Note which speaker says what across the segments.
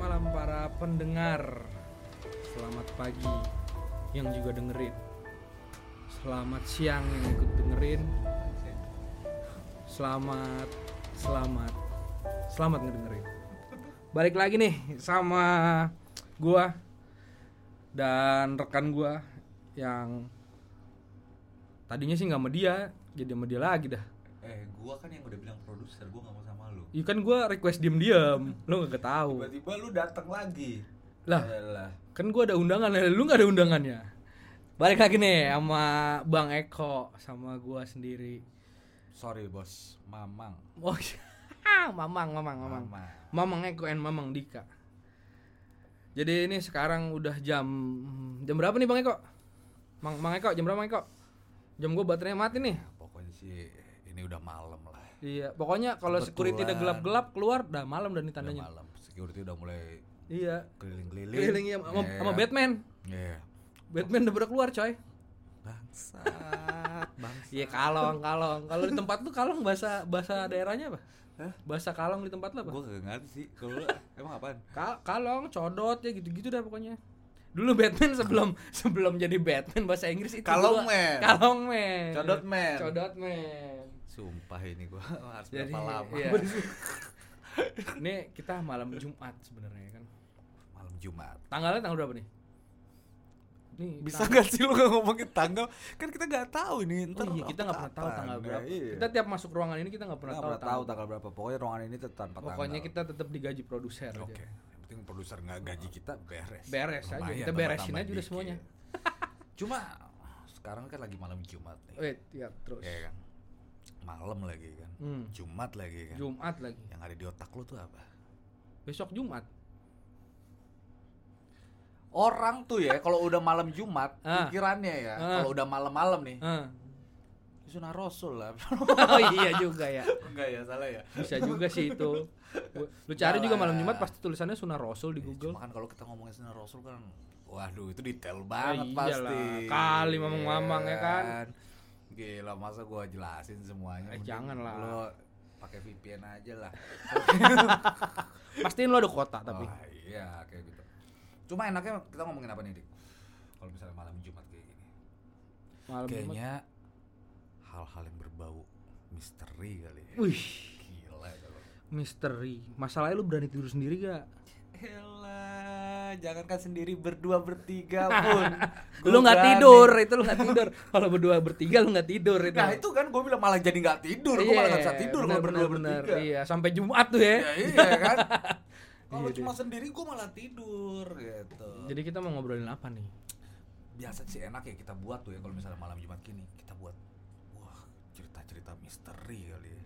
Speaker 1: Para para pendengar, selamat pagi yang juga dengerin. Selamat siang yang ikut dengerin. Selamat selamat selamat ngedengerin. Balik lagi nih sama gua dan rekan gua yang tadinya sih nggak sama dia, jadi sama dia lagi dah.
Speaker 2: Eh, gua kan yang udah bilang produser, gua gak mau sama lu.
Speaker 1: Iya kan gua request diem-diem, lo gak tahu.
Speaker 2: Tiba-tiba lu datang lagi.
Speaker 1: Lah.
Speaker 2: Yalah.
Speaker 1: Kan gua ada undangan, eh, lu nggak ada undangannya. Balik lagi nih sama Bang Eko sama gua sendiri.
Speaker 2: Sorry, Bos. Mamang.
Speaker 1: Oh, mamang, mamang, mamang.
Speaker 2: Mamang.
Speaker 1: Mamang Eko and Mamang Dika. Jadi ini sekarang udah jam jam berapa nih Bang Eko? Mang, Mang Eko, jam berapa Mang Eko? Jam gua baterainya mati nih.
Speaker 2: Ya, pokoknya sih ini udah malam lah.
Speaker 1: Iya, pokoknya kalau security udah
Speaker 2: Kebetulan.
Speaker 1: gelap-gelap keluar udah malam dan ini
Speaker 2: Udah
Speaker 1: tandanya.
Speaker 2: malam. Security udah mulai
Speaker 1: Iya.
Speaker 2: keliling-keliling.
Speaker 1: Keliling ya sama
Speaker 2: Iya.
Speaker 1: sama Batman.
Speaker 2: Iya.
Speaker 1: Batman udah pada keluar, coy.
Speaker 2: Bangsat. Bangsat.
Speaker 1: Iya kalong kalong. Kalau di tempat tuh kalong bahasa bahasa daerahnya apa?
Speaker 2: Hah?
Speaker 1: Bahasa kalong di tempat lo apa?
Speaker 2: Gua kagak ngerti sih. Kalau lu emang apaan?
Speaker 1: Ka- kalong, codot ya gitu-gitu dah pokoknya. Dulu Batman sebelum sebelum jadi Batman bahasa Inggris itu
Speaker 2: Kalong
Speaker 1: dua-
Speaker 2: man.
Speaker 1: Kalong man.
Speaker 2: Codot man.
Speaker 1: Codot man.
Speaker 2: Sumpah ini gua harus
Speaker 1: Jadi
Speaker 2: berapa lama?
Speaker 1: iya. Ini kita malam Jumat sebenarnya kan.
Speaker 2: Malam Jumat.
Speaker 1: Tanggalnya tanggal berapa nih? Nih,
Speaker 2: Bisa
Speaker 1: tanggal-
Speaker 2: gak sih lu gak ngomongin tanggal? Kan kita gak tahu nih ntar
Speaker 1: Oh iya, kita nggak pernah tahu tanggal
Speaker 2: kapan.
Speaker 1: berapa.
Speaker 2: Iya.
Speaker 1: Kita tiap masuk ruangan ini kita nggak pernah
Speaker 2: Nggak
Speaker 1: tahu
Speaker 2: pernah tahu tanggal berapa. Pokoknya ruangan ini tetap tanpa tanggal.
Speaker 1: Pokoknya kita tetap digaji produser aja.
Speaker 2: Oke. Yang penting produser nggak gaji kita beres.
Speaker 1: Beres aja.
Speaker 2: Lumayan,
Speaker 1: Kita beresin aja
Speaker 2: tambah-tambah
Speaker 1: udah
Speaker 2: dikit.
Speaker 1: semuanya.
Speaker 2: Cuma sekarang kan lagi malam Jumat nih.
Speaker 1: Wait, ya terus.
Speaker 2: Iya kan. Malam lagi kan.
Speaker 1: Hmm.
Speaker 2: Jumat lagi kan.
Speaker 1: Jumat lagi.
Speaker 2: Yang ada di otak lu tuh apa?
Speaker 1: Besok Jumat.
Speaker 2: Orang tuh ya kalau udah malam Jumat
Speaker 1: Ah.
Speaker 2: pikirannya ya
Speaker 1: Ah.
Speaker 2: kalau udah malam-malam nih
Speaker 1: Heeh.
Speaker 2: sunah rasul lah.
Speaker 1: Ah. oh iya juga ya.
Speaker 2: Enggak ya, salah ya.
Speaker 1: Bisa juga sih itu. Lu cari
Speaker 2: Salah.
Speaker 1: juga malam Jumat pasti tulisannya Sunnah Rasul di
Speaker 2: Ya,
Speaker 1: Google.
Speaker 2: Cuma kan kalau kita ngomongin Sunnah Rasul kan Waduh itu detail
Speaker 1: Ah,
Speaker 2: banget
Speaker 1: iyalah.
Speaker 2: pasti Iya
Speaker 1: Kali mamang-mamang, ya kan?
Speaker 2: Gila masa gua jelasin semuanya
Speaker 1: Eh,
Speaker 2: Mending
Speaker 1: jangan lah.
Speaker 2: Lo pakai VPN aja lah
Speaker 1: Pastiin lu ada kota tapi.
Speaker 2: Wah, Iya kayak gitu Cuma enaknya kita ngomongin apa nih Dik? Kalau misalnya malam Jumat kayak gini
Speaker 1: Malam Jumat.
Speaker 2: Kayaknya hal-hal yang berbau misteri kali ya
Speaker 1: Wih,
Speaker 2: Gila kalau
Speaker 1: misteri. Masalahnya lu berani tidur sendiri gak?
Speaker 2: Elah, jangankan sendiri berdua bertiga pun
Speaker 1: lu
Speaker 2: Gua
Speaker 1: nggak
Speaker 2: berani.
Speaker 1: tidur, itu lu nggak tidur. Kalau berdua bertiga lu nggak tidur itu.
Speaker 2: Nah itu kan gue bilang malah jadi nggak tidur, gue malah nggak bisa tidur kalau berdua bertiga. Iya,
Speaker 1: Iya, sampai Jumat tuh ya.
Speaker 2: iya kan. Kalau
Speaker 1: Iya,
Speaker 2: cuma sendiri gue malah tidur gitu.
Speaker 1: Jadi kita mau ngobrolin apa nih?
Speaker 2: Biasa sih enak ya kita buat tuh ya kalau misalnya malam Jumat gini kita buat wah cerita-cerita misteri kali ya.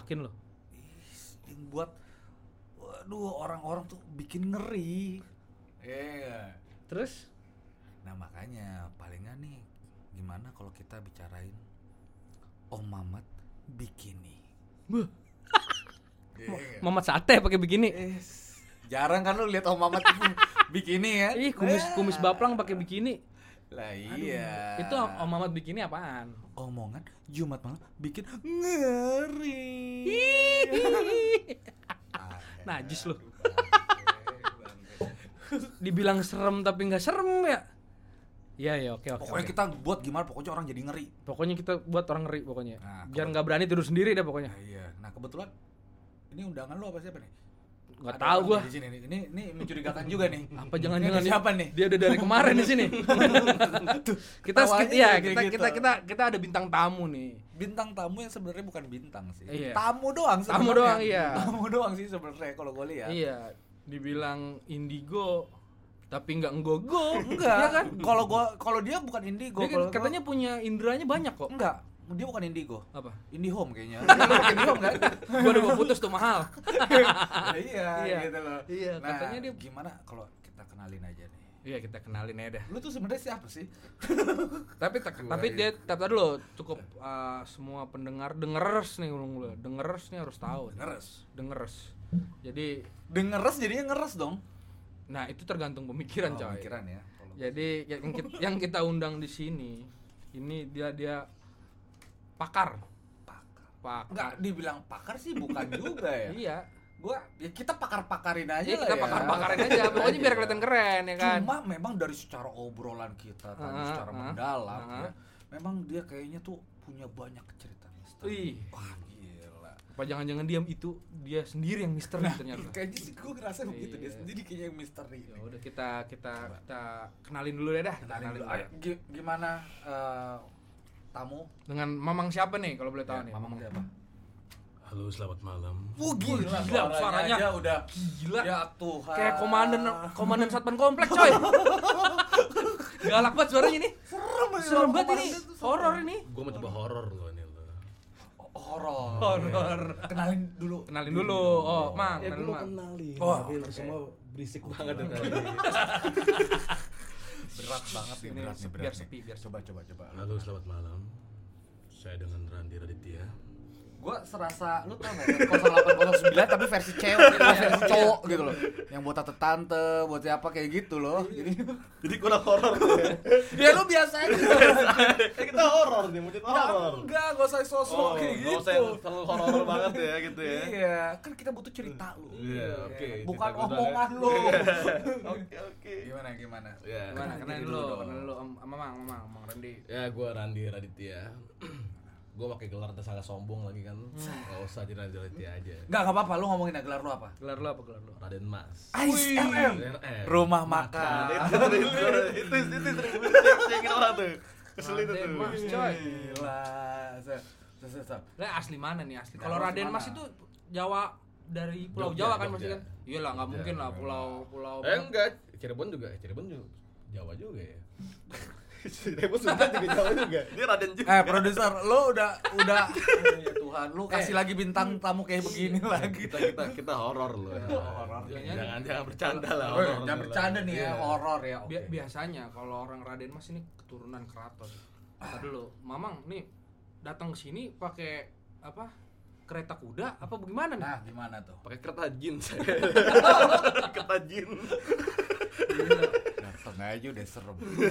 Speaker 1: Yakin lo?
Speaker 2: Ih, Yang buat waduh orang-orang tuh bikin ngeri. Iya.
Speaker 1: Terus
Speaker 2: Nah makanya palingan nih gimana kalau kita bicarain Om Mamat bikini.
Speaker 1: Buh.
Speaker 2: Iya nggak?
Speaker 1: Mamat sate pakai begini.
Speaker 2: Yes. Jarang kan lu lihat Om Mamat bikini ya?
Speaker 1: Ih, kumis kumis baplang pakai bikini.
Speaker 2: Lah
Speaker 1: Aduh,
Speaker 2: iya.
Speaker 1: Itu Om Om Mamat bikini apaan?
Speaker 2: omongan Jumat malam bikin ngeri.
Speaker 1: Najis Nah, lu. Dibilang serem tapi nggak serem ya. Iya ya oke oke.
Speaker 2: Pokoknya
Speaker 1: oke. Iya.
Speaker 2: kita buat gimana pokoknya orang jadi ngeri.
Speaker 1: Pokoknya kita buat orang ngeri pokoknya.
Speaker 2: Nah,
Speaker 1: Biar nggak berani tidur sendiri deh pokoknya.
Speaker 2: Nah, iya. Nah, kebetulan ini undangan lu apa siapa nih?
Speaker 1: Nggak
Speaker 2: Ada
Speaker 1: tahu
Speaker 2: orang
Speaker 1: gua.
Speaker 2: Di sini nih. Ini ini mencurigakan juga nih.
Speaker 1: Apa jangan-jangan
Speaker 2: Ini
Speaker 1: ini-
Speaker 2: siapa nih?
Speaker 1: Dia udah dari kemarin di sini. kita skip
Speaker 2: Awalnya
Speaker 1: ya,
Speaker 2: kayak
Speaker 1: kita,
Speaker 2: gitu.
Speaker 1: kita kita kita ada bintang tamu nih.
Speaker 2: bintang tamu yang sebenarnya bukan bintang sih.
Speaker 1: Iya.
Speaker 2: Tamu doang
Speaker 1: Tamu
Speaker 2: sebenarnya.
Speaker 1: doang, iya.
Speaker 2: Tamu doang sih sebenarnya kalau gue lihat.
Speaker 1: Iya, dibilang indigo tapi nggak nggogo.
Speaker 2: Enggak.
Speaker 1: Iya kan?
Speaker 2: Kalau gua kalau dia bukan indigo.
Speaker 1: Dia kan
Speaker 2: kalau-
Speaker 1: katanya punya inderanya banyak kok.
Speaker 2: enggak. Dia bukan indigo.
Speaker 1: Apa?
Speaker 2: Indihome kayaknya.
Speaker 1: Iya,
Speaker 2: Dia bukan Indihome kan?
Speaker 1: Gua udah mau putus tuh mahal.
Speaker 2: Nah, iya,
Speaker 1: Iya.
Speaker 2: gitu loh.
Speaker 1: Iya,
Speaker 2: Nah,
Speaker 1: katanya dia-
Speaker 2: gimana kalau kita kenalin aja nih.
Speaker 1: Iya, kita kenalin aja dah.
Speaker 2: Lu tuh sebenarnya siapa sih?
Speaker 1: tapi tak-
Speaker 2: Gua
Speaker 1: tapi
Speaker 2: ini.
Speaker 1: dia tapi tadi lo cukup uh, semua pendengar dengeres nih ulung lo dengeres nih harus tahu nih.
Speaker 2: Ngeres.
Speaker 1: dengeres jadi
Speaker 2: Dengeres jadinya ngeres dong.
Speaker 1: nah itu tergantung pemikiran
Speaker 2: Oh,
Speaker 1: coy Iya.
Speaker 2: pikiran ya. Kalau-
Speaker 1: jadi yang kita, yang kita undang di sini ini dia dia pakar
Speaker 2: Pakar.
Speaker 1: pakar
Speaker 2: Enggak dibilang pakar sih bukan juga ya.
Speaker 1: iya gua
Speaker 2: ya kita pakar-pakarin aja
Speaker 1: ya
Speaker 2: lah
Speaker 1: kita
Speaker 2: ya.
Speaker 1: pakar-pakarin aja pokoknya biar kelihatan keren ya kan
Speaker 2: Cuma memang dari secara obrolan kita tadi
Speaker 1: Ah,
Speaker 2: secara
Speaker 1: ah,
Speaker 2: mendalam
Speaker 1: ah.
Speaker 2: ya, memang dia kayaknya tuh punya banyak cerita
Speaker 1: Wih.
Speaker 2: misteri. Wah, gila.
Speaker 1: apa jangan-jangan diam itu dia sendiri yang misteri
Speaker 2: Nah,
Speaker 1: ternyata
Speaker 2: Kayaknya sih gue ngerasa begitu dia
Speaker 1: Iya.
Speaker 2: sendiri kayaknya yang misteri.
Speaker 1: ya udah kita kita kita kenalin dulu deh dah kita
Speaker 2: Kenalin dulu.
Speaker 1: dulu.
Speaker 2: Ayo, gi- gimana eh, tamu?
Speaker 1: dengan mamang siapa nih kalau boleh tahu nih
Speaker 2: Ya, Mamang siapa?
Speaker 3: Halo, selamat malam.
Speaker 2: Wah, gila,
Speaker 1: gila, suaranya.
Speaker 2: aja udah
Speaker 1: gila
Speaker 2: Ya Tuhan.
Speaker 1: kayak komandan komandan satpam komplek coy galak banget suaranya nih
Speaker 2: Serem, ya,
Speaker 1: serem banget ini
Speaker 2: komandan tuh serem.
Speaker 1: horor ini
Speaker 3: Gua mau coba horor lo ini lo.
Speaker 2: Horor.
Speaker 1: Horor.
Speaker 2: Kenalin dulu.
Speaker 1: kenalin dulu oh mang kenalin
Speaker 4: Ya gue
Speaker 1: dulu,
Speaker 4: mau
Speaker 1: mang
Speaker 4: kenalin,
Speaker 1: Oh,
Speaker 4: tapi lu semua berisik banget
Speaker 3: ya,
Speaker 4: dari tadi.
Speaker 2: Berat banget nih,
Speaker 1: Ini
Speaker 2: berat nih, berat
Speaker 1: biar
Speaker 2: nih.
Speaker 1: sepi biar sepi
Speaker 2: Coba, coba, coba.
Speaker 3: Halo, selamat malam. Saya dengan Randi Raditya.
Speaker 2: gue serasa lu tau gak 0809 tapi versi cewek gitu,
Speaker 3: Iya,
Speaker 2: versi cowok gitu loh yang buat tante tante buat siapa kayak gitu loh
Speaker 3: Iya.
Speaker 2: jadi
Speaker 3: Jadi kurang horor ya.
Speaker 2: ya lu biasa aja
Speaker 3: Iya, kita horor Oh, nih, mungkin
Speaker 2: enggak gak usah sosok kayak gitu
Speaker 3: terlalu horor banget ya gitu
Speaker 2: iya kan kita butuh cerita lu
Speaker 3: Iya, oke.
Speaker 2: bukan
Speaker 3: Cerita gua
Speaker 2: omongan
Speaker 3: ada. Iya.
Speaker 2: lu
Speaker 3: Oke, oke.
Speaker 2: gimana gimana
Speaker 3: Ya.
Speaker 1: gimana kenalin
Speaker 2: Kenalin
Speaker 1: dulu
Speaker 2: dulu dong.
Speaker 1: kenalin dulu Om- mamang mamang mang Randy
Speaker 3: Ya, gua Randi Raditya. gua pakai gelar tersangka sombong lagi kan. Enggak usah jadi Randi Raditya aja.
Speaker 2: enggak enggak apa-apa lu ngomongin gelar lu apa
Speaker 1: gelar lu apa gelar lu
Speaker 3: Raden Mas.
Speaker 2: Ais MM
Speaker 3: RM.
Speaker 2: rumah makan
Speaker 3: iya. itu itu itu itu orang tuh.
Speaker 1: Raden Mas
Speaker 2: Iya.
Speaker 1: coy
Speaker 2: gila Se- se- se- se-
Speaker 1: lah asli mana nih asli kalau
Speaker 2: Nah, lu
Speaker 1: Raden
Speaker 2: gimana?
Speaker 1: Mas itu Jawa dari Pulau
Speaker 3: Jogja,
Speaker 1: Jawa kan
Speaker 3: Jogja.
Speaker 1: pasti kan iyalah nggak
Speaker 3: Jogja,
Speaker 1: mungkin lah
Speaker 3: memang.
Speaker 1: Pulau Pulau
Speaker 3: Eh enggak, Cirebon juga, eh, Cirebon juga Jawa juga ya. Cirebon Sunda juga Jawa juga. Dia Raden juga.
Speaker 2: Eh produser, lu udah udah ya Tuhan, lu kasih lagi bintang tamu kayak begini lagi.
Speaker 3: Kita kita kita horor loh.
Speaker 2: Horor.
Speaker 3: Jangan jangan bercanda lah.
Speaker 2: Oh,
Speaker 3: horor
Speaker 2: jangan
Speaker 3: lah.
Speaker 2: bercanda nih ya,
Speaker 3: Iya.
Speaker 2: horor ya.
Speaker 1: Bi- biasanya kalau orang Raden Mas ini keturunan keraton. Kata dulu, Mamang nih datang ke sini pakai apa? Kereta kuda apa bagaimana nih?
Speaker 2: Nah, gimana tuh?
Speaker 3: Pakai kereta jin saya. kereta jin.
Speaker 2: Dateng aja Nah, udah serem. iya.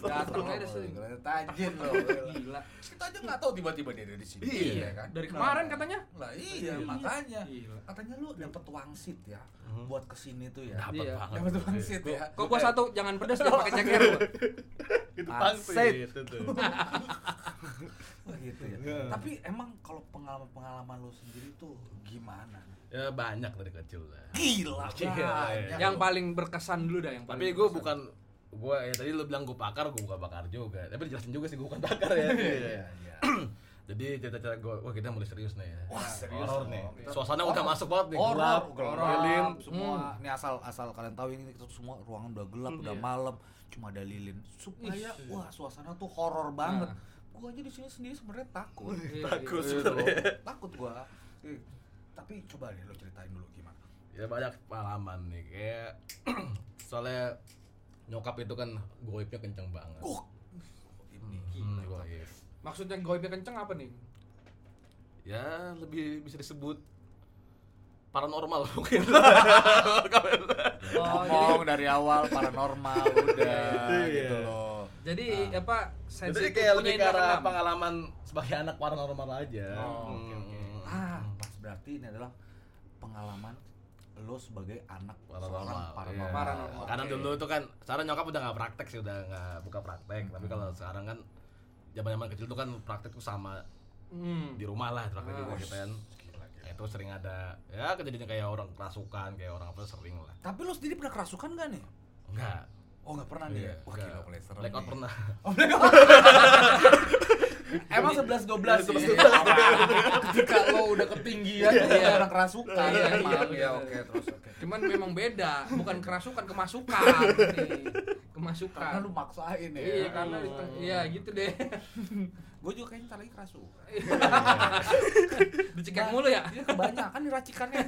Speaker 1: Dateng aja udah serem.
Speaker 2: Tajin lo.
Speaker 1: Gila.
Speaker 2: Kita aja nggak tahu tiba-tiba dia ada di sini.
Speaker 3: Iya,
Speaker 2: ya kan?
Speaker 1: Dari
Speaker 2: Nah,
Speaker 1: kemarin katanya.
Speaker 2: Lah iya, makanya.
Speaker 1: Gila.
Speaker 2: Katanya lu dapet wangsit ya buat kesini tuh ya.
Speaker 3: Dapat
Speaker 1: Iya.
Speaker 3: banget.
Speaker 2: Dapet wangsit ya.
Speaker 1: Kok gua satu jangan pedas dia pakai ceker. gua.
Speaker 3: Itu
Speaker 2: Wangsit.
Speaker 3: pangsit itu tuh.
Speaker 2: Oh, gitu ya. Tapi emang kalau pengalaman-pengalaman lu sendiri tuh gimana?
Speaker 3: Ya banyak dari kecil lah.
Speaker 2: Gila
Speaker 3: Iya, iya.
Speaker 2: banyak.
Speaker 1: Yang paling berkesan dulu dah yang paling.
Speaker 3: Tapi gue
Speaker 1: berkesan.
Speaker 3: bukan gue ya tadi lu bilang gue pakar, gue bukan pakar juga. Tapi dijelasin juga sih gue bukan pakar ya. Iya.
Speaker 2: iya.
Speaker 3: Jadi cerita-cerita gue, wah kita mulai serius nih ya.
Speaker 2: Wah, serius
Speaker 3: Horor
Speaker 2: dong.
Speaker 3: nih.
Speaker 2: Kita-
Speaker 3: Suasana udah masuk banget nih.
Speaker 2: horor,
Speaker 3: gelap,
Speaker 2: gelap,
Speaker 3: lilin.
Speaker 2: semua. Hmm. Ini asal asal kalian tahu ini kita semua ruangan udah gelap, udah malam, cuma ada lilin. Supaya wah suasana tuh horor banget. Gua aja di sini sendiri sebenarnya takut.
Speaker 1: Iya,
Speaker 3: Takut
Speaker 2: Gitu
Speaker 3: sebenarnya.
Speaker 2: loh. Takut gua. Eh, Tapi coba deh lo ceritain dulu gimana.
Speaker 3: Ya banyak pengalaman nih kayak soalnya nyokap itu kan goibnya kenceng banget.
Speaker 2: Kok ini
Speaker 3: Hmm, goib.
Speaker 1: Maksudnya goibnya kenceng apa nih?
Speaker 3: Ya lebih bisa disebut paranormal mungkin.
Speaker 1: Oh,
Speaker 2: ngomong dari awal paranormal udah gitu
Speaker 3: Iya.
Speaker 2: loh.
Speaker 1: jadi apa
Speaker 3: Jadi
Speaker 1: sensitif
Speaker 3: kayak
Speaker 1: punya
Speaker 3: lebih ke
Speaker 1: indra
Speaker 3: arah
Speaker 1: keenam.
Speaker 3: pengalaman sebagai anak paranormal aja.
Speaker 2: Oh,
Speaker 3: Hmm.
Speaker 2: oke oke. Ah, pas berarti ini adalah pengalaman lo sebagai anak seorang
Speaker 3: paranormal.
Speaker 2: paranormal.
Speaker 3: iya.
Speaker 1: Paranormal,
Speaker 3: Karena
Speaker 1: oke.
Speaker 3: dulu tuh kan sekarang nyokap udah nggak praktek sih, udah nggak buka praktek. Tapi kalau sekarang kan zaman-zaman kecil tuh kan praktek tuh sama
Speaker 1: Hmm.
Speaker 3: di rumah lah praktek di rumah
Speaker 2: Wih,
Speaker 3: gitu kan.
Speaker 2: Ah. gila, gila.
Speaker 3: Itu sering ada ya kejadian kayak orang kerasukan, kayak orang apa sering lah.
Speaker 2: Tapi lo sendiri pernah kerasukan gak nih?
Speaker 3: Enggak.
Speaker 2: Oh nggak pernah nih.
Speaker 3: Iya,
Speaker 2: Wah
Speaker 3: enggak.
Speaker 2: gila mulai serem.
Speaker 3: Blackout
Speaker 2: nih.
Speaker 3: pernah.
Speaker 2: Oh, blackout. Emang 11 12 sih. Ketika lo udah ketinggian lo kayak orang kerasukan.
Speaker 1: Iya, iya,
Speaker 2: Maaf
Speaker 1: iya.
Speaker 2: ya oke terus oke.
Speaker 1: Cuman memang beda, bukan kerasukan kemasukan nih. Kemasukan.
Speaker 2: Karena lu maksain ya.
Speaker 1: Iya, karena di teng- iya gitu deh.
Speaker 2: Gue juga kayaknya ntar lagi kerasukan.
Speaker 1: Dicekek
Speaker 3: Nah.
Speaker 1: mulu ya.
Speaker 2: Ini kebanyakan nih racikannya.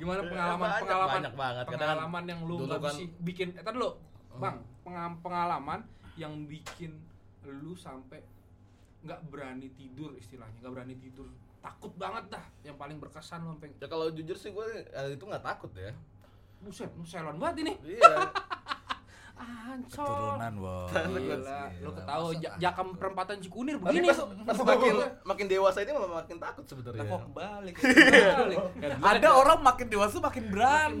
Speaker 1: Gimana
Speaker 3: Banyak,
Speaker 1: pengalaman pengalaman
Speaker 3: banyak banget. Kadang
Speaker 1: pengalaman yang lu
Speaker 3: dulu
Speaker 1: nggak
Speaker 3: kan-
Speaker 1: bisa bikin eh tadi lo Bang, penga- pengalaman yang bikin lu sampai nggak berani tidur istilahnya, nggak berani tidur. Takut banget dah yang paling berkesan lu sampai
Speaker 3: Ya kalau jujur sih gue eh, itu nggak takut ya.
Speaker 1: buset, lu selon banget ini.
Speaker 3: Iya.
Speaker 1: Ancol.
Speaker 2: Turunan, wow.
Speaker 1: Gila, lo ketawa ja- jakam perempatan Cikunir
Speaker 3: ah. Tapi
Speaker 1: begini.
Speaker 3: pas, pas makin makin dewasa ini malah makin takut
Speaker 2: Lah
Speaker 3: sebenarnya.
Speaker 2: Nah, kok kebalik?
Speaker 1: Balik.
Speaker 2: Ada orang makin dewasa makin berani.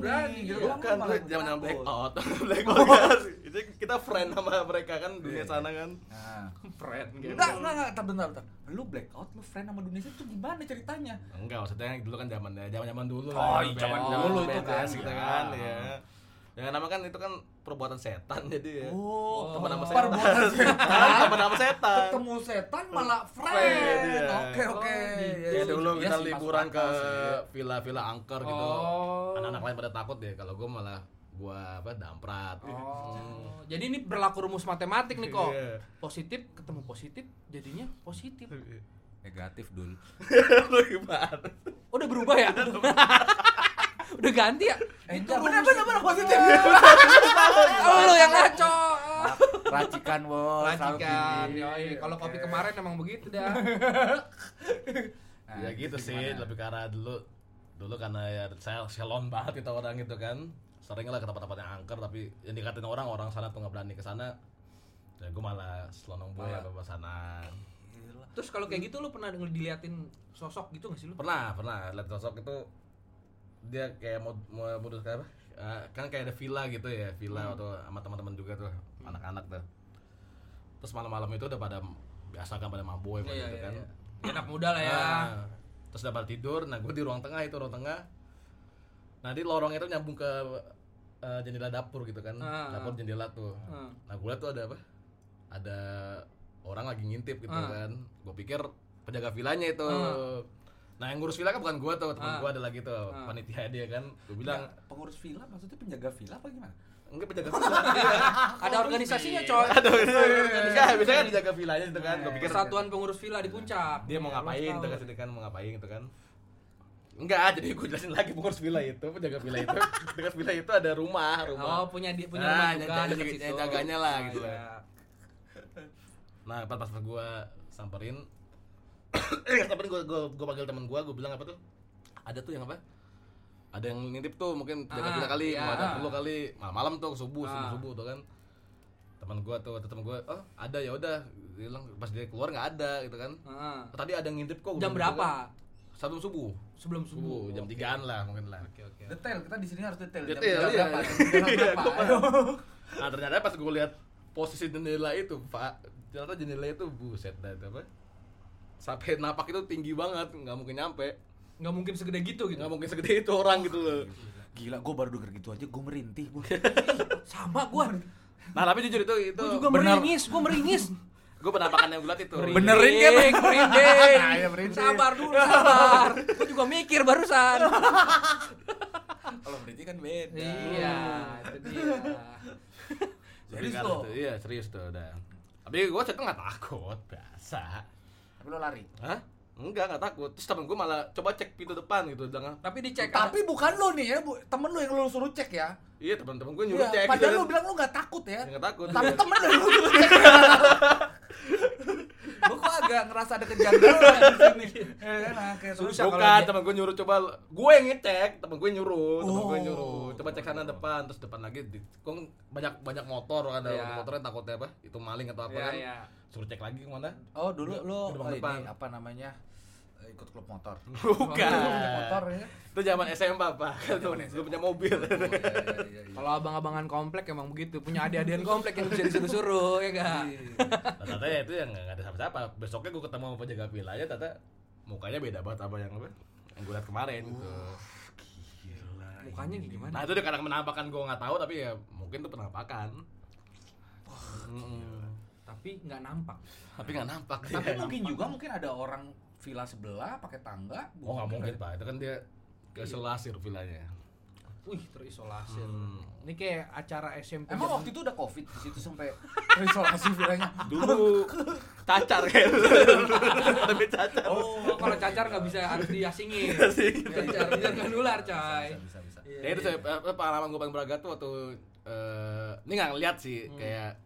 Speaker 1: Makin berani, gitu.
Speaker 2: Iya, lu
Speaker 3: Bukan
Speaker 2: malah
Speaker 3: dulu kan, zaman yang
Speaker 2: takut.
Speaker 3: black out, black out guys. Itu kita friend sama mereka kan dunia sana kan.
Speaker 2: Nah.
Speaker 1: Friend gitu.
Speaker 2: Enggak, enggak, enggak, bentar, bentar, bentar. Lu blackout, lu friend sama dunia itu gimana ceritanya?
Speaker 3: Enggak, maksudnya yang dulu kan zaman zaman zaman dulu
Speaker 2: Oh,
Speaker 3: lah,
Speaker 2: iya,
Speaker 3: band-
Speaker 2: zaman
Speaker 3: band-
Speaker 2: dulu
Speaker 3: band-
Speaker 2: itu kan,
Speaker 3: band gitu
Speaker 2: iya.
Speaker 3: kan ya. Ya nama kan itu kan perbuatan setan jadi ya.
Speaker 2: Oh,
Speaker 3: teman nama setan.
Speaker 2: perbuatan setan.
Speaker 3: Teman nama setan.
Speaker 2: Ketemu setan malah
Speaker 3: Friend,
Speaker 2: friend.
Speaker 3: iya.
Speaker 2: Oke, oke.
Speaker 1: Oh,
Speaker 2: Iya,
Speaker 3: Ya
Speaker 1: iya,
Speaker 3: dulu
Speaker 1: iya
Speaker 3: kita
Speaker 1: sih,
Speaker 3: liburan
Speaker 1: masuk
Speaker 3: ke
Speaker 1: akal sih.
Speaker 3: villa-villa angker gitu.
Speaker 1: Oh.
Speaker 3: Anak-anak lain pada takut deh kalau gue malah gua apa damprat. Hmm.
Speaker 1: Oh, jadi ini berlaku rumus matematik nih kok.
Speaker 3: Iya.
Speaker 1: Positif ketemu positif jadinya positif.
Speaker 2: Negatif dulu.
Speaker 3: Lu gimana?
Speaker 1: Oh, udah berubah ya? udah ganti ya?
Speaker 2: Eh, itu Iya. benar benar benar positif.
Speaker 1: Oh, lu yang ngaco.
Speaker 2: Racikan,
Speaker 3: Oh,
Speaker 2: iya, wow.
Speaker 1: Racikan.
Speaker 3: iya,
Speaker 1: Yoi, kalau kopi kemarin emang begitu dah. Nah,
Speaker 3: ya gitu
Speaker 2: Nah,
Speaker 3: sih, lebih ke arah dulu dulu karena ya saya selon banget kita orang gitu kan sering lah ke tempat-tempat yang angker tapi yang dikatain orang orang sana tuh nggak berani ke sana ya gue malah selonong gue ya ke sana
Speaker 1: Terus kalau kayak gitu lu pernah diliatin sosok gitu gak sih lu?
Speaker 3: pernah pernah lihat sosok itu dia kayak mau mau modus kayak apa Eh, kan kayak ada villa gitu ya
Speaker 1: Hmm.
Speaker 3: villa atau sama teman-teman juga tuh anak-anak tuh terus malam-malam itu udah pada biasa kan pada mabuk
Speaker 1: Iya,
Speaker 3: gitu
Speaker 1: iya,
Speaker 3: kan
Speaker 1: iya. Anak muda lah ya.
Speaker 3: Nah, terus udah pada tidur, nah gue di ruang tengah itu ruang tengah. Nah di lorong itu nyambung ke eh, jendela dapur gitu kan,
Speaker 1: Ah.
Speaker 3: dapur jendela tuh.
Speaker 1: Ah.
Speaker 3: Nah gue liat tuh ada apa? Ada orang lagi ngintip
Speaker 1: Ah.
Speaker 3: gitu kan. Gue pikir penjaga vilanya itu. Nah yang ngurus villa kan bukan gue tuh, temen
Speaker 1: Ah.
Speaker 3: gue ada lagi tuh, panitia dia kan. Gue bilang,
Speaker 2: Pengurus villa maksudnya penjaga villa apa gimana?
Speaker 3: enggak penjaga villa.
Speaker 1: Ada organisasinya, coy.
Speaker 3: Enggak, biasanya kan penjaga villanya gitu kan. Gue pikir
Speaker 1: Kesatuan pengurus villa di puncak.
Speaker 3: dia mau
Speaker 1: Ya, lu
Speaker 3: ngapain
Speaker 1: tahu.
Speaker 3: gitu kan sini kan mau ngapain gitu kan enggak jadi gue jelasin lagi pengurus villa itu penjaga villa itu dekat villa itu ada rumah rumah
Speaker 1: Oh, punya dia punya
Speaker 3: Nah,
Speaker 1: rumah
Speaker 3: yang
Speaker 1: juga
Speaker 3: jaga-
Speaker 1: deket
Speaker 3: yang
Speaker 1: situ.
Speaker 3: jaganya lah,
Speaker 1: Nah,
Speaker 3: gitu
Speaker 1: iya.
Speaker 3: lah. nah pas pas gue samperin eh samperin gue gue gue panggil teman gue gue bilang apa tuh ada tuh yang apa ada yang ngintip tuh mungkin
Speaker 1: Ah,
Speaker 3: penjaga villa kali
Speaker 1: iya. Ah.
Speaker 3: mau ada perlu kali malam malam tuh subuh subuh subuh tuh kan teman gue tuh teman gue oh ada ya udah Dia bilang pas dia keluar nggak ada gitu kan
Speaker 1: Heeh.
Speaker 3: tadi ada yang ngintip kok gua
Speaker 1: Ah. Jam
Speaker 3: bilang gitu
Speaker 1: berapa?
Speaker 3: kan. Sebelum subuh.
Speaker 1: Sebelum subuh.
Speaker 3: Subuh, Uh, jam tigaan lah mungkin lah.
Speaker 2: Detail, kita di sini harus detail. Jam
Speaker 3: Detail,
Speaker 2: berapa?
Speaker 3: iya.
Speaker 2: Jam berapa? Aduh.
Speaker 3: Nah ternyata pas gue lihat posisi jendela itu pak, ternyata jendela itu buset dah itu apa? Sampai napak itu tinggi banget, nggak mungkin nyampe,
Speaker 1: Nggak mungkin segede gitu gitu.
Speaker 3: nggak mungkin segede itu orang gitu loh.
Speaker 2: Gila, gue baru denger gitu aja, gue merintih. Bu.
Speaker 1: Sama gua.
Speaker 3: Nah tapi jujur itu itu
Speaker 1: Gua juga
Speaker 2: Benar.
Speaker 1: meringis, gua meringis.
Speaker 3: gue penampakan yang gue liat itu.
Speaker 2: Benerin kan?
Speaker 1: Merinding, merinding.
Speaker 2: Nah, iya, merinding.
Speaker 1: Sabar dulu, sabar. Gua juga mikir barusan.
Speaker 2: Kalau merintih kan beda.
Speaker 1: iya, itu dia.
Speaker 2: Serius
Speaker 3: Serius
Speaker 2: lo?
Speaker 3: tuh, Iya serius tuh udah. Tapi gue cerita nggak takut, biasa.
Speaker 2: Tapi lo lari.
Speaker 3: Hah? Enggak, nggak takut. Terus temen gue malah coba cek pintu depan gitu, bilang
Speaker 1: Tapi dicek
Speaker 2: Tapi bukan lo nih ya, bu, temen lo yang lo suruh cek ya.
Speaker 3: iya teman-teman gue nyuruh
Speaker 2: Iya,
Speaker 3: cek.
Speaker 2: Padahal
Speaker 3: gitu
Speaker 2: lo
Speaker 3: kan.
Speaker 2: bilang lo gak takut ya.
Speaker 3: Nggak takut.
Speaker 2: Tapi temen lo yang lo suruh cek. Gue kok agak ngerasa ada kejanggalan di
Speaker 3: Iya.
Speaker 2: sini. Ya kan, nah, kayak
Speaker 1: Susah kalau
Speaker 3: Bukan,
Speaker 1: dia-
Speaker 3: temen gue nyuruh coba Gue yang ngecek, temen gue nyuruh Temen gue nyuruh, coba cek sana depan Terus depan lagi, di, kong banyak banyak motor kan Ada
Speaker 1: Iya.
Speaker 3: motornya takutnya apa, itu maling atau apa
Speaker 1: Iya,
Speaker 3: kan
Speaker 1: iya.
Speaker 3: Suruh cek lagi kemana
Speaker 2: Oh dulu lo
Speaker 3: Gerbang
Speaker 2: oh,
Speaker 3: depan.
Speaker 2: ini apa namanya eh, ikut klub motor.
Speaker 3: Iya. Bukan
Speaker 2: Klub motor ya.
Speaker 3: Itu zaman SMA pak, gue punya mobil
Speaker 2: Oh, iya, iya,
Speaker 3: ya.
Speaker 2: iya.
Speaker 1: kalau abang-abangan komplek emang begitu, punya adik-adikan komplek yang bisa disuruh-suruh, ya
Speaker 2: Iya,
Speaker 1: enggak?
Speaker 3: Nah, Tata ya itu yang nggak ada siapa-siapa Besoknya gue ketemu sama penjaga vilanya Tata Mukanya beda banget sama yang apa Yang gue liat kemarin gitu
Speaker 1: Mukanya kayak gimana?
Speaker 3: Nah itu dia kadang penampakan gue nggak tahu tapi ya mungkin itu penampakan Mm-mm.
Speaker 1: Tapi nggak nampak.
Speaker 3: Tapi nggak nampak
Speaker 2: Tapi
Speaker 3: dia.
Speaker 2: mungkin juga mungkin ada orang villa sebelah pakai tangga.
Speaker 3: Oh nggak mungkin pak, itu kan dia keselasir vilanya.
Speaker 1: Wih, terisolasi.
Speaker 3: Hmm.
Speaker 1: Ini kayak acara SMP.
Speaker 2: Emang waktu itu udah covid di situ sampai terisolasi villanya.
Speaker 3: Dulu cacar kan, lebih cacar.
Speaker 1: Oh, kalau cacar nggak bisa harus diasingin.
Speaker 3: Iya,
Speaker 1: Iya, cacar biar nggak nular, coy.
Speaker 2: Iya, Bisa bisa.
Speaker 3: Ya itu saya- apa, pengalaman gue paling berharga tuh waktu eh, ini nggak ngeliat sih kayak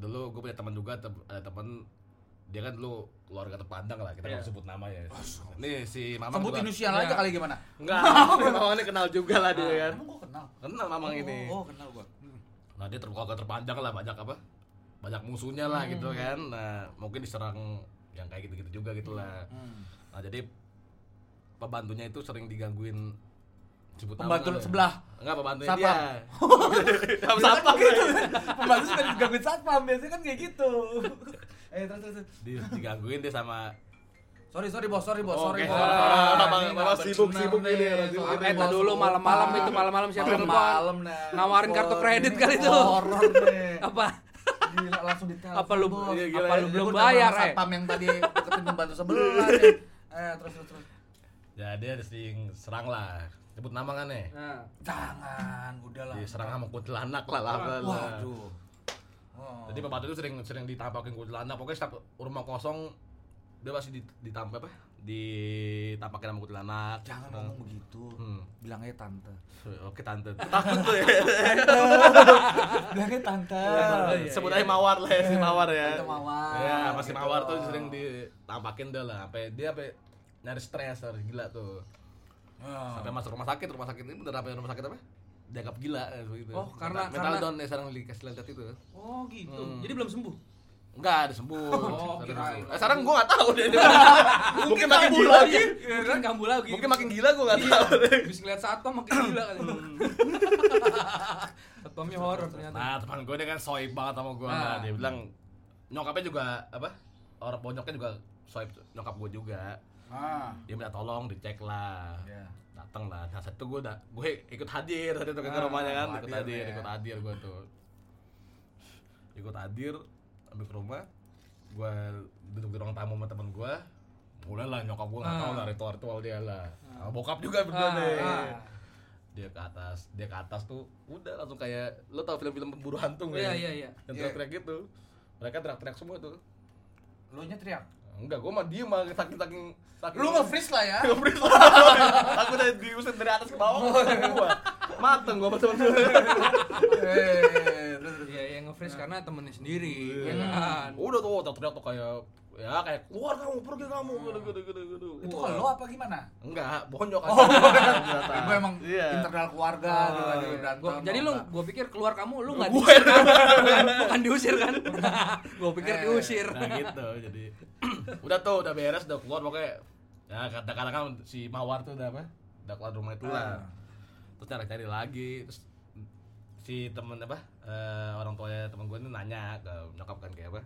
Speaker 3: dulu gue punya teman juga tem- ada teman dia kan dulu keluarga terpandang lah kita nggak sebut nama ya. Nih si Mamang
Speaker 2: Sebut
Speaker 3: juga-
Speaker 2: inisial aja
Speaker 1: Iya.
Speaker 2: kali gimana?
Speaker 3: Enggak, si Mamang ini kenal juga lah dia kan.
Speaker 2: Iya, Emang gue kenal.
Speaker 3: Oh, Kenal Mamang ini.
Speaker 2: Oh, oh, kenal gua.
Speaker 3: Nah dia terbuka terpanjang lah banyak apa? Banyak musuhnya lah gitu
Speaker 2: Hmm.
Speaker 3: kan. Nah mungkin diserang yang kayak gitu-gitu juga gitu lah.
Speaker 2: Hmm.
Speaker 3: Nah jadi pembantunya itu sering digangguin sebut nama
Speaker 2: Pembantu
Speaker 3: nggak ya?
Speaker 2: sebelah.
Speaker 3: Enggak pembantunya
Speaker 2: Satpam.
Speaker 3: dia. Sama satpam
Speaker 2: gitu. Pembantu suka digangguin satpam biasanya kan kayak gitu. eh terus terus. terus.
Speaker 3: Di- digangguin dia sama
Speaker 2: Sorry sorry bos, sorry bos, sorry.
Speaker 3: Oke,
Speaker 2: bos.
Speaker 3: salah,
Speaker 2: Ah,
Speaker 3: salah,
Speaker 2: ini
Speaker 3: salah,
Speaker 2: nggak
Speaker 3: salah, sibuk,
Speaker 2: bener
Speaker 3: sibuk
Speaker 2: nih,
Speaker 3: ini, ya, orang sibuk
Speaker 2: sorry,
Speaker 3: ini.
Speaker 1: Eh,
Speaker 2: bos.
Speaker 1: tak dulu malam-malam itu malam-malam siapa yang telepon?
Speaker 2: Malam-malam nah.
Speaker 1: Nawarin kartu
Speaker 2: Bos,
Speaker 1: kredit
Speaker 2: ini
Speaker 1: kali itu.
Speaker 2: Horor nih.
Speaker 1: apa
Speaker 2: Gila langsung ditelepon.
Speaker 1: Apa lu-
Speaker 2: bos.
Speaker 1: iya,
Speaker 3: gila
Speaker 2: Apa
Speaker 3: ya.
Speaker 2: lu
Speaker 1: Gua
Speaker 2: belum
Speaker 1: udah merasa
Speaker 2: bayar eh? Satpam yang tadi deketin pembantu sebelah. nih. Eh terus terus terus.
Speaker 3: ya dia sering serang lah. Sebut nama kan nih.
Speaker 1: nah,
Speaker 2: Jangan, udahlah.
Speaker 3: Diserang sama kuntilanak Iya, lah lah. lah, lah.
Speaker 2: Waduh. Oh.
Speaker 3: Jadi pembantu itu sering sering ditampakin kuntilanak. Pokoknya setiap rumah kosong dia pasti dit- ditampak apa? Ditampakin sama kuntilanak.
Speaker 2: Jangan
Speaker 3: Nah.
Speaker 2: ngomong begitu.
Speaker 3: Hmm.
Speaker 2: Bilangnya tante.
Speaker 3: Oke tante. Takut tuh ya.
Speaker 2: Bilangnya tante.
Speaker 3: Iya, Sebut aja mawar lah ya, si mawar ya.
Speaker 2: Tante Mawar,
Speaker 3: Ya, masih
Speaker 2: gitu.
Speaker 3: mawar tuh sering ditampakin dah lah. Sampai dia sampai nyari stres, harus gila tuh.
Speaker 2: Oh.
Speaker 3: Sampai masuk rumah sakit, rumah sakit ini bener apa ya, rumah sakit apa? Dianggap gila eh, gitu.
Speaker 1: Oh, karena-
Speaker 3: mental
Speaker 1: karena-
Speaker 3: down ya sekarang dikasih lihat itu.
Speaker 1: oh gitu jadi belum sembuh
Speaker 3: Enggak, ada sembuh.
Speaker 1: Oh,
Speaker 3: Ada
Speaker 1: kirain.
Speaker 3: sembuh. Eh, sekarang gua enggak tahu deh.
Speaker 1: Ah,
Speaker 3: Mungkin, makin gila lagi.
Speaker 1: Iya kan? mungkin kambuh lagi
Speaker 3: Mungkin makin gila gua enggak tahu. deh.
Speaker 1: habis ngeliat satpam makin gila kan satpamnya horor ternyata
Speaker 3: Nah, teman gue dia kan soy banget sama gue. Nah,
Speaker 1: Nah.
Speaker 3: dia bilang nyokapnya juga apa? Orang bonyoknya juga soy nyokap gue juga.
Speaker 2: Ah.
Speaker 3: Dia minta tolong dicek lah.
Speaker 2: Iya.
Speaker 3: Datang lah. Nah, saat itu gue udah gue ikut hadir tadi tuh ke
Speaker 2: Ah,
Speaker 3: rumahnya kan,
Speaker 2: hadir
Speaker 3: ikut hadir,
Speaker 2: ya.
Speaker 3: ikut hadir gue tuh. Ikut hadir ambil ke rumah. Gue duduk di ruang tamu sama temen gue. Mulailah nyokap gue nggak tahu
Speaker 1: Ah.
Speaker 3: lah ritual-ritual dia lah. Nah, Bokap juga berdua
Speaker 1: Ah,
Speaker 3: deh
Speaker 1: ah.
Speaker 3: dia ke atas dia ke atas tuh udah langsung kayak lo tau film-film pemburu hantu nggak
Speaker 1: Iya,
Speaker 3: ya?
Speaker 1: iya, iya.
Speaker 3: yang teriak-teriak gitu mereka teriak-teriak semua tuh
Speaker 2: Lu nya teriak.
Speaker 3: enggak gua mah diem mah saking saking saking
Speaker 2: Lu nge-freeze lah ya.
Speaker 3: nge-freeze aku udah diusir dari atas ke bawah
Speaker 1: Oh, iya.
Speaker 3: gua mateng gua betul
Speaker 2: Eh, terus, terus.
Speaker 1: ya yang nge-freeze karena temennya sendiri ya
Speaker 3: Iya.
Speaker 1: kan
Speaker 3: udah tuh teriak-teriak tuh kayak ya kayak keluar kamu pergi kamu
Speaker 1: Hmm.
Speaker 3: gitu gitu gitu gitu
Speaker 2: Iya. Itu
Speaker 3: Wah.
Speaker 2: lo apa gimana?
Speaker 3: enggak bonyok
Speaker 2: Oh,
Speaker 3: aja
Speaker 2: ibu emang
Speaker 3: Iya.
Speaker 2: internal keluarga gitu lagi berantem.
Speaker 1: Oh, iya. Gua- jadi lu
Speaker 2: apa.
Speaker 1: gua pikir keluar kamu lu nggak
Speaker 3: Gua-
Speaker 1: diusir kan bukan, bukan diusir kan gua pikir
Speaker 2: Eh.
Speaker 1: diusir
Speaker 3: nah gitu jadi udah tuh udah beres udah keluar pokoknya ya kadang-kadang kan si mawar tuh udah apa udah keluar rumah itu lah terus nyari cari lagi terus si temen apa eh, orang tuanya temen gue ini nanya ke nyokap kan kayak apa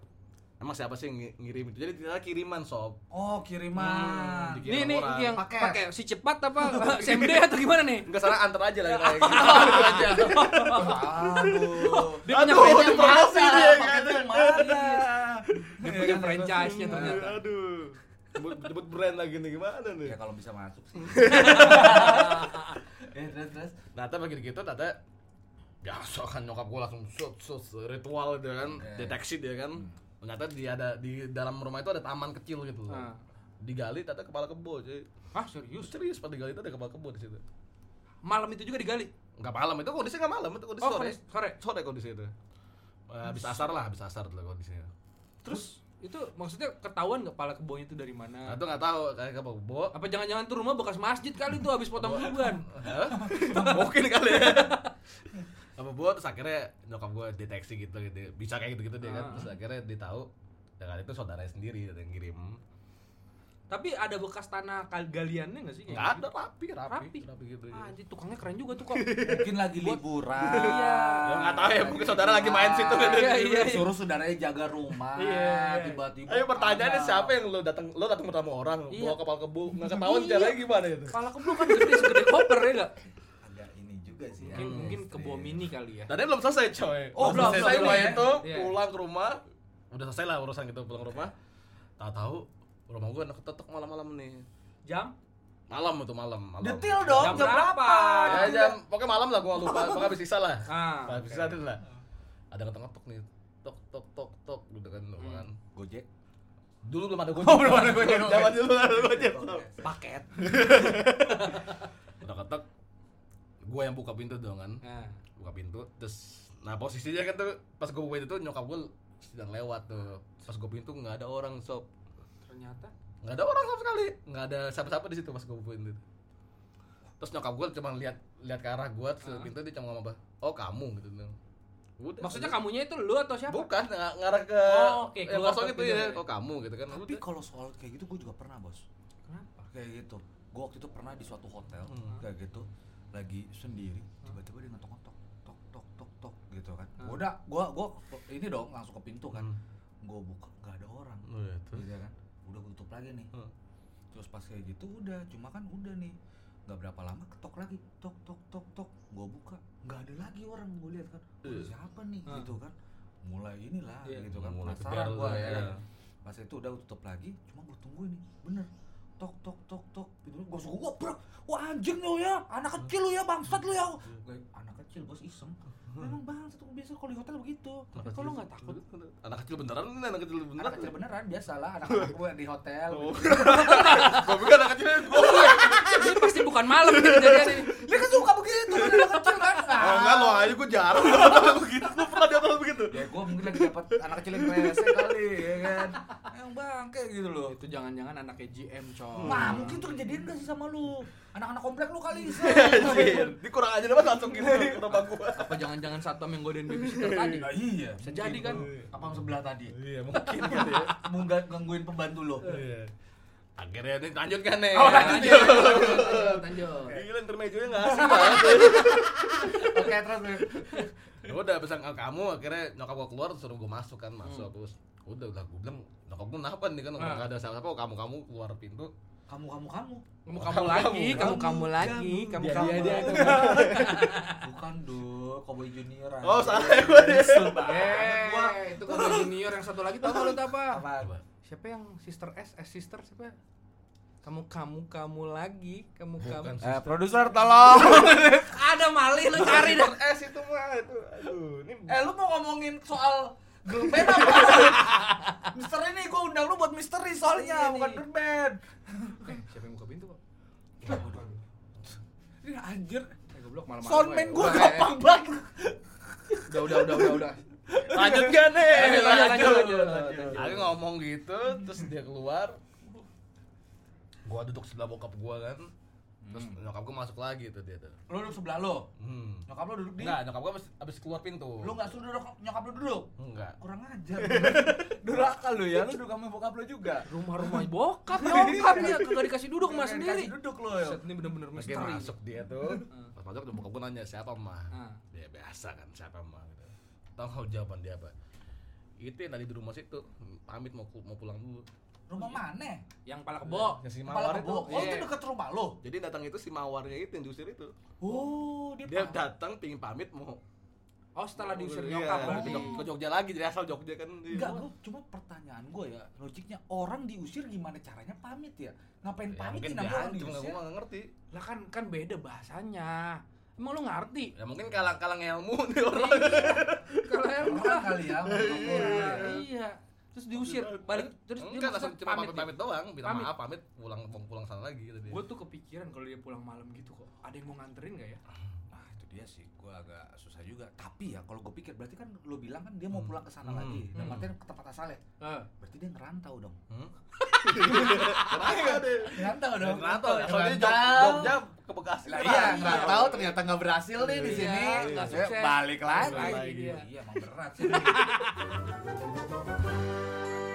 Speaker 3: emang siapa sih yang ngi- ngirim itu jadi ternyata kiriman sob
Speaker 2: Oh, kiriman.
Speaker 3: Hmm,
Speaker 1: ini nih
Speaker 3: orang.
Speaker 1: yang
Speaker 2: Paket.
Speaker 1: pakai si cepat apa SMD atau gimana nih
Speaker 3: enggak salah antar aja lah kayak gitu Antar aja
Speaker 2: Aduh.
Speaker 1: dia punya
Speaker 3: aduh
Speaker 1: franchise
Speaker 3: dipromosi dia
Speaker 2: Paketnya
Speaker 3: gitu.
Speaker 2: yang mana?
Speaker 1: dia punya franchise-nya ternyata
Speaker 3: aduh Nyebut- nyebut brand lagi nih gimana nih
Speaker 2: Ya kalau bisa masuk sih. Eh, terus terus.
Speaker 3: Nata begitu gitu Nata biasa kan nyokap gue langsung shot shot ritual gitu kan
Speaker 2: Iya.
Speaker 3: deteksi dia
Speaker 1: Hmm.
Speaker 3: kan ternyata di ada di dalam rumah itu ada taman kecil gitu loh.
Speaker 1: Ah.
Speaker 3: digali Tata kepala kebo jadi
Speaker 1: Hah Ah, serius?
Speaker 3: serius pas digali itu ada kepala kebo di situ
Speaker 1: Malam itu juga digali?
Speaker 3: nggak malam itu kondisi nggak malam itu kondisi
Speaker 1: Oh,
Speaker 3: sore
Speaker 1: kondisi sore.
Speaker 3: sore kondisi itu Eh, habis asar lah habis asar tuh kondisinya
Speaker 1: Terus itu maksudnya ketahuan nggak pala kebonya itu dari
Speaker 3: nah,
Speaker 1: mana?
Speaker 3: itu nggak tahu kayak kebo kebo
Speaker 1: Apa jangan-jangan tuh rumah bekas masjid kali tuh habis potong kuburan?
Speaker 3: Hah? mungkin kali ya apa buat terus akhirnya nyokap gue deteksi gitu gitu bisa kayak gitu gitu deh kan
Speaker 2: Ah.
Speaker 3: terus akhiranya dia tahu dan kali itu saudaranya sendiri yang ngirim
Speaker 1: Tapi ada bekas tanah kal- galiannya nggak
Speaker 2: Iya.
Speaker 1: sih?
Speaker 3: nggak ada rapi rapi
Speaker 1: Rapi.
Speaker 3: rapi, gitu
Speaker 1: Ah, anjir, tukangnya keren juga tuh kok.
Speaker 2: Mungkin lagi liburan.
Speaker 1: Iya.
Speaker 3: Ya, nggak tahu ya, mungkin saudara lagi main situ.
Speaker 1: Iya, iya, iya.
Speaker 2: Suruh saudaranya jaga rumah.
Speaker 1: Iya.
Speaker 2: Tiba-tiba.
Speaker 3: ayo
Speaker 2: ada.
Speaker 3: pertanyaannya siapa yang lo datang lo datang pertama orang
Speaker 1: Iya.
Speaker 3: bawa kepala kebu nggak ketahuan
Speaker 1: Iya.
Speaker 3: caranya gimana itu
Speaker 1: Pala kebo kan gede segede koper ya nggak?
Speaker 2: Ada ini juga sih.
Speaker 3: Iya,
Speaker 2: ya.
Speaker 1: Mungkin
Speaker 2: ada
Speaker 1: mungkin
Speaker 2: istri.
Speaker 1: kebo mini kali ya.
Speaker 3: tadi belum selesai coy
Speaker 2: Oh, belum
Speaker 3: selesai
Speaker 2: selesai
Speaker 3: gua
Speaker 2: ya?
Speaker 3: itu
Speaker 1: Iya.
Speaker 3: pulang ke rumah udah selesai lah urusan gitu pulang ke rumah
Speaker 2: Iya.
Speaker 3: tahu tahu rumah gue anak ketetok malam-malam nih
Speaker 1: Jam?
Speaker 3: malam itu malam malam
Speaker 2: Detail
Speaker 3: Oh,
Speaker 2: dong.
Speaker 1: Jam
Speaker 2: Jam berapa?
Speaker 1: berapa?
Speaker 3: ya jam pokoknya malam lah gua lupa pokoknya habis isa lah
Speaker 1: Ah,
Speaker 3: habis isa itu lah ada ketok-ketok nih tok tok tok tok gitu kan hmm. kan
Speaker 2: Gojek.
Speaker 3: dulu belum ada gojek oh, belum ada gojek zaman dulu belum ada gojek
Speaker 1: Paket.
Speaker 3: udah ketok gua yang buka pintu dong kan
Speaker 1: Nah,
Speaker 3: buka pintu terus nah posisinya kan tuh pas gua buka pintu tuh nyokap gua sedang lewat tuh pas gua pintu nggak ada orang sob
Speaker 1: ternyata
Speaker 3: nggak ada orang sama sekali nggak ada siapa-siapa di situ pas gue bukain itu terus nyokap gue cuma lihat lihat ke arah gue terus liat pintu dia cuma ngomong apa oh kamu gitu dong Udah,
Speaker 1: Maksudnya
Speaker 3: habis.
Speaker 1: kamunya itu lu atau siapa?
Speaker 3: Bukan, ng- ngarah ke
Speaker 1: Oh, oke,
Speaker 3: yang
Speaker 1: keluar
Speaker 3: kosong
Speaker 1: ke
Speaker 3: itu ya,
Speaker 1: pintu.
Speaker 3: kok kamu gitu kan.
Speaker 2: Tapi
Speaker 3: Udah.
Speaker 2: kalau soal kayak gitu gue juga pernah bos.
Speaker 1: Kenapa?
Speaker 2: Kayak gitu. Gue waktu itu pernah di suatu hotel
Speaker 3: Hmm.
Speaker 2: kayak gitu lagi sendiri tiba-tiba dia ngetok-ngetok tok tok tok tok gitu kan. Gua udah gua gua ini dong langsung ke pintu kan.
Speaker 3: Hmm.
Speaker 2: Gue buka nggak ada orang.
Speaker 3: Udah, Iya, terus.
Speaker 2: Gitu kan. Udah gue tutup lagi nih.
Speaker 3: Hmm.
Speaker 2: Terus pas kayak gitu udah cuma kan udah nih nggak berapa lama ketok lagi tok tok tok tok gue buka nggak ada lagi orang gue lihat kan "Wah,
Speaker 3: Eh.
Speaker 2: siapa nih
Speaker 1: Ah.
Speaker 2: gitu kan mulai inilah
Speaker 1: Iya.
Speaker 2: gitu kan
Speaker 3: Mulai
Speaker 2: penasaran
Speaker 3: kejar
Speaker 2: gue
Speaker 3: lah,
Speaker 2: ya
Speaker 3: ya.
Speaker 2: kan. pas itu udah gua tutup lagi cuma gue tungguin nih bener tok tok tok tok pintu gue suka gue brek wah anjing lu ya anak kecil lu ya bangsat lu ya Gua, anak kecil bos iseng memang bangsat gua biasa kalau di hotel begitu tapi kalau nggak takut
Speaker 3: Anak kecil beneran, ini anak kecil beneran.
Speaker 2: anak kecil beneran biasa lah anak-anak gue di hotel gitu.
Speaker 3: Gua pikir anak kecil gua.
Speaker 1: Jadi pasti bukan malam gitu ini kejadian ini.
Speaker 2: dia kan suka begitu kan anak kecil kan
Speaker 3: Ah, enggak lo aja gua jarang gua pernah begitu. Gua pernah di atas begitu.
Speaker 2: ya gue mungkin lagi dapat anak kecil yang rese kali ya kan yang bangke gitu loh
Speaker 1: Itu jangan-jangan anaknya GM, coy.
Speaker 2: Wah, mungkin tuh kejadian gak sih sama lu? Anak-anak komplek lu kali Isa. Iya.
Speaker 3: Anjir, ini kurang aja dapat langsung gitu ke rumah gua.
Speaker 1: Apa jangan-jangan satpam yang godain babysitter tadi?
Speaker 2: Nah, iya.
Speaker 1: Bisa jadi kan?
Speaker 2: Apa yang sebelah tadi?
Speaker 3: Iya, mungkin kan ya.
Speaker 2: Mau nggak gangguin pembantu lo?
Speaker 3: Akhirnya ini lanjut kan nih.
Speaker 1: Oh, lanjut, lanjut, lanjut, lanjut.
Speaker 3: Gila intermezzonya nggak asik banget.
Speaker 2: Oke, terus. terus.
Speaker 3: Ya udah pesan ke kamu akhirnya nyokap gua keluar suruh gua masuk kan masuk terus udah udah gua bilang nyokap gua kenapa nih kan
Speaker 1: Ah.
Speaker 3: nggak ada siapa-siapa oh, kamu kamu keluar pintu
Speaker 2: Kamu kamu kamu.
Speaker 1: Kamu kamu lagi, kamu kamu lagi, kamu
Speaker 2: Iya,
Speaker 1: kamu.
Speaker 4: Dia- dia- dia-
Speaker 2: Bukan do, Cowboy Junior.
Speaker 3: oh salah gua deh
Speaker 2: Nyesel banget gua.
Speaker 1: Eh, itu kalau junior yang satu lagi tahu lu apa?
Speaker 2: Apa?
Speaker 1: Siapa yang sister S, S sister siapa? Kamu kamu kamu lagi, kamu kamu.
Speaker 3: Bukan.
Speaker 2: Eh, produser tolong.
Speaker 1: Ada mali lu cari dah.
Speaker 3: es itu mah itu aduh ini
Speaker 2: eh, lu mau ngomongin soal girl band apa? Mister ini gua undang lu buat misteri
Speaker 1: Iya
Speaker 2: soalnya,
Speaker 1: nih.
Speaker 2: bukan girl band.
Speaker 1: Eh, siapa yang buka pintu kok?
Speaker 2: Ini anjir.
Speaker 1: Eh, goblok malam-malam.
Speaker 2: Soundman
Speaker 1: woy.
Speaker 2: gua
Speaker 1: Udah, eh,
Speaker 2: gampang banget.
Speaker 1: Udah udah udah udah udah.
Speaker 3: Eh, lanjut gak nih
Speaker 1: Lanjut, lanjut, lanjut, lanjut.
Speaker 3: aku ngomong gitu terus dia keluar gua duduk sebelah bokap gua kan
Speaker 1: Hmm.
Speaker 3: terus nyokap gua masuk lagi tuh dia tuh
Speaker 2: Lu duduk sebelah lo.
Speaker 3: hmm.
Speaker 2: Nyokap lu duduk di.
Speaker 3: Enggak, nyokap gua abis, abis keluar pintu
Speaker 2: Lu enggak suruh duduk nyokap lu duduk.
Speaker 3: enggak
Speaker 2: Kurang ajar. Durhaka lu ya, lu duduk sama bokap lu juga.
Speaker 1: Rumah-rumah bokap nyokap dia kagak dikasih duduk
Speaker 2: Kagak
Speaker 1: mas sendiri.
Speaker 2: dikasih Duduk lu ya.
Speaker 1: Set ini bener-bener
Speaker 3: Oke
Speaker 1: misteri.
Speaker 3: masuk dia tuh
Speaker 1: Ah.
Speaker 3: Pas masuk bokap gue nanya siapa mah
Speaker 1: Ah.
Speaker 3: Ya biasa kan siapa mah gitu Tau gak jawaban dia apa Itu yang tadi di rumah situ Pamit mau, ku- mau pulang dulu
Speaker 2: Rumah mana?
Speaker 1: Yang pala kebo.
Speaker 3: Yang si
Speaker 2: Kepala
Speaker 3: Mawar itu
Speaker 2: kebo. Oh, itu
Speaker 3: Iya.
Speaker 2: dekat rumah lo.
Speaker 3: Jadi datang itu si Mawarnya itu yang diusir itu
Speaker 2: Oh, dia,
Speaker 3: Dia
Speaker 2: paham.
Speaker 3: datang pingin pamit mau
Speaker 1: Oh setelah diusir
Speaker 3: Iya,
Speaker 1: nyokap
Speaker 3: ke
Speaker 1: berarti.
Speaker 3: Jog- ke Jogja lagi jadi asal Jogja kan dia.
Speaker 2: Enggak, gua cuma pertanyaan gue ya, logiknya orang diusir gimana caranya pamit ya? Ngapain
Speaker 3: Ya,
Speaker 2: pamit
Speaker 3: mungkin
Speaker 2: sih
Speaker 3: dia
Speaker 2: namanya orang
Speaker 3: cuma gue
Speaker 2: diusir?
Speaker 3: gak ngerti
Speaker 1: Lah kan kan beda bahasanya. Emang lu ngerti?
Speaker 3: Ya mungkin kalang-kalang ilmu nih orang
Speaker 1: Kalau yang
Speaker 2: Orang kali ya, menurut gua
Speaker 1: iya,
Speaker 2: ya.
Speaker 1: iya. Terus diusir balik terus dia
Speaker 3: Enggak,
Speaker 1: maksudnya
Speaker 3: langsung cuma pamit, pamit,
Speaker 1: ya?
Speaker 3: doang Minta
Speaker 1: Pamit.
Speaker 3: maaf, pamit, pulang pulang sana lagi gitu dia
Speaker 1: Gue tuh kepikiran kalau dia pulang malam gitu kok. Ada yang mau nganterin gak ya?
Speaker 2: Nah, itu dia sih, gue agak susah juga. Tapi ya kalau gue pikir, berarti kan lo bilang kan dia mau
Speaker 3: Hmm.
Speaker 2: pulang ke sana
Speaker 3: Hmm.
Speaker 2: lagi, dan
Speaker 1: Hmm.
Speaker 2: artinya ke tempat asalnya.
Speaker 1: Eh,
Speaker 2: Berarti dia ngerantau dong.
Speaker 3: Hmm? Kenapa deh?
Speaker 2: Ngerantau
Speaker 3: Dari Rantau,
Speaker 2: Ngerantau.
Speaker 3: soalnya Jog-
Speaker 2: Ngerantau.
Speaker 3: Jogja ke Bekasi.
Speaker 2: Lah
Speaker 3: Nah,
Speaker 2: iya, ngerantau ternyata nggak berhasil nih di
Speaker 1: Iya,
Speaker 2: sini.
Speaker 1: nggak
Speaker 2: Ya,
Speaker 1: sukses.
Speaker 2: Balik lagi.
Speaker 1: Balik lagi dia.
Speaker 2: Iya, emang berat sih.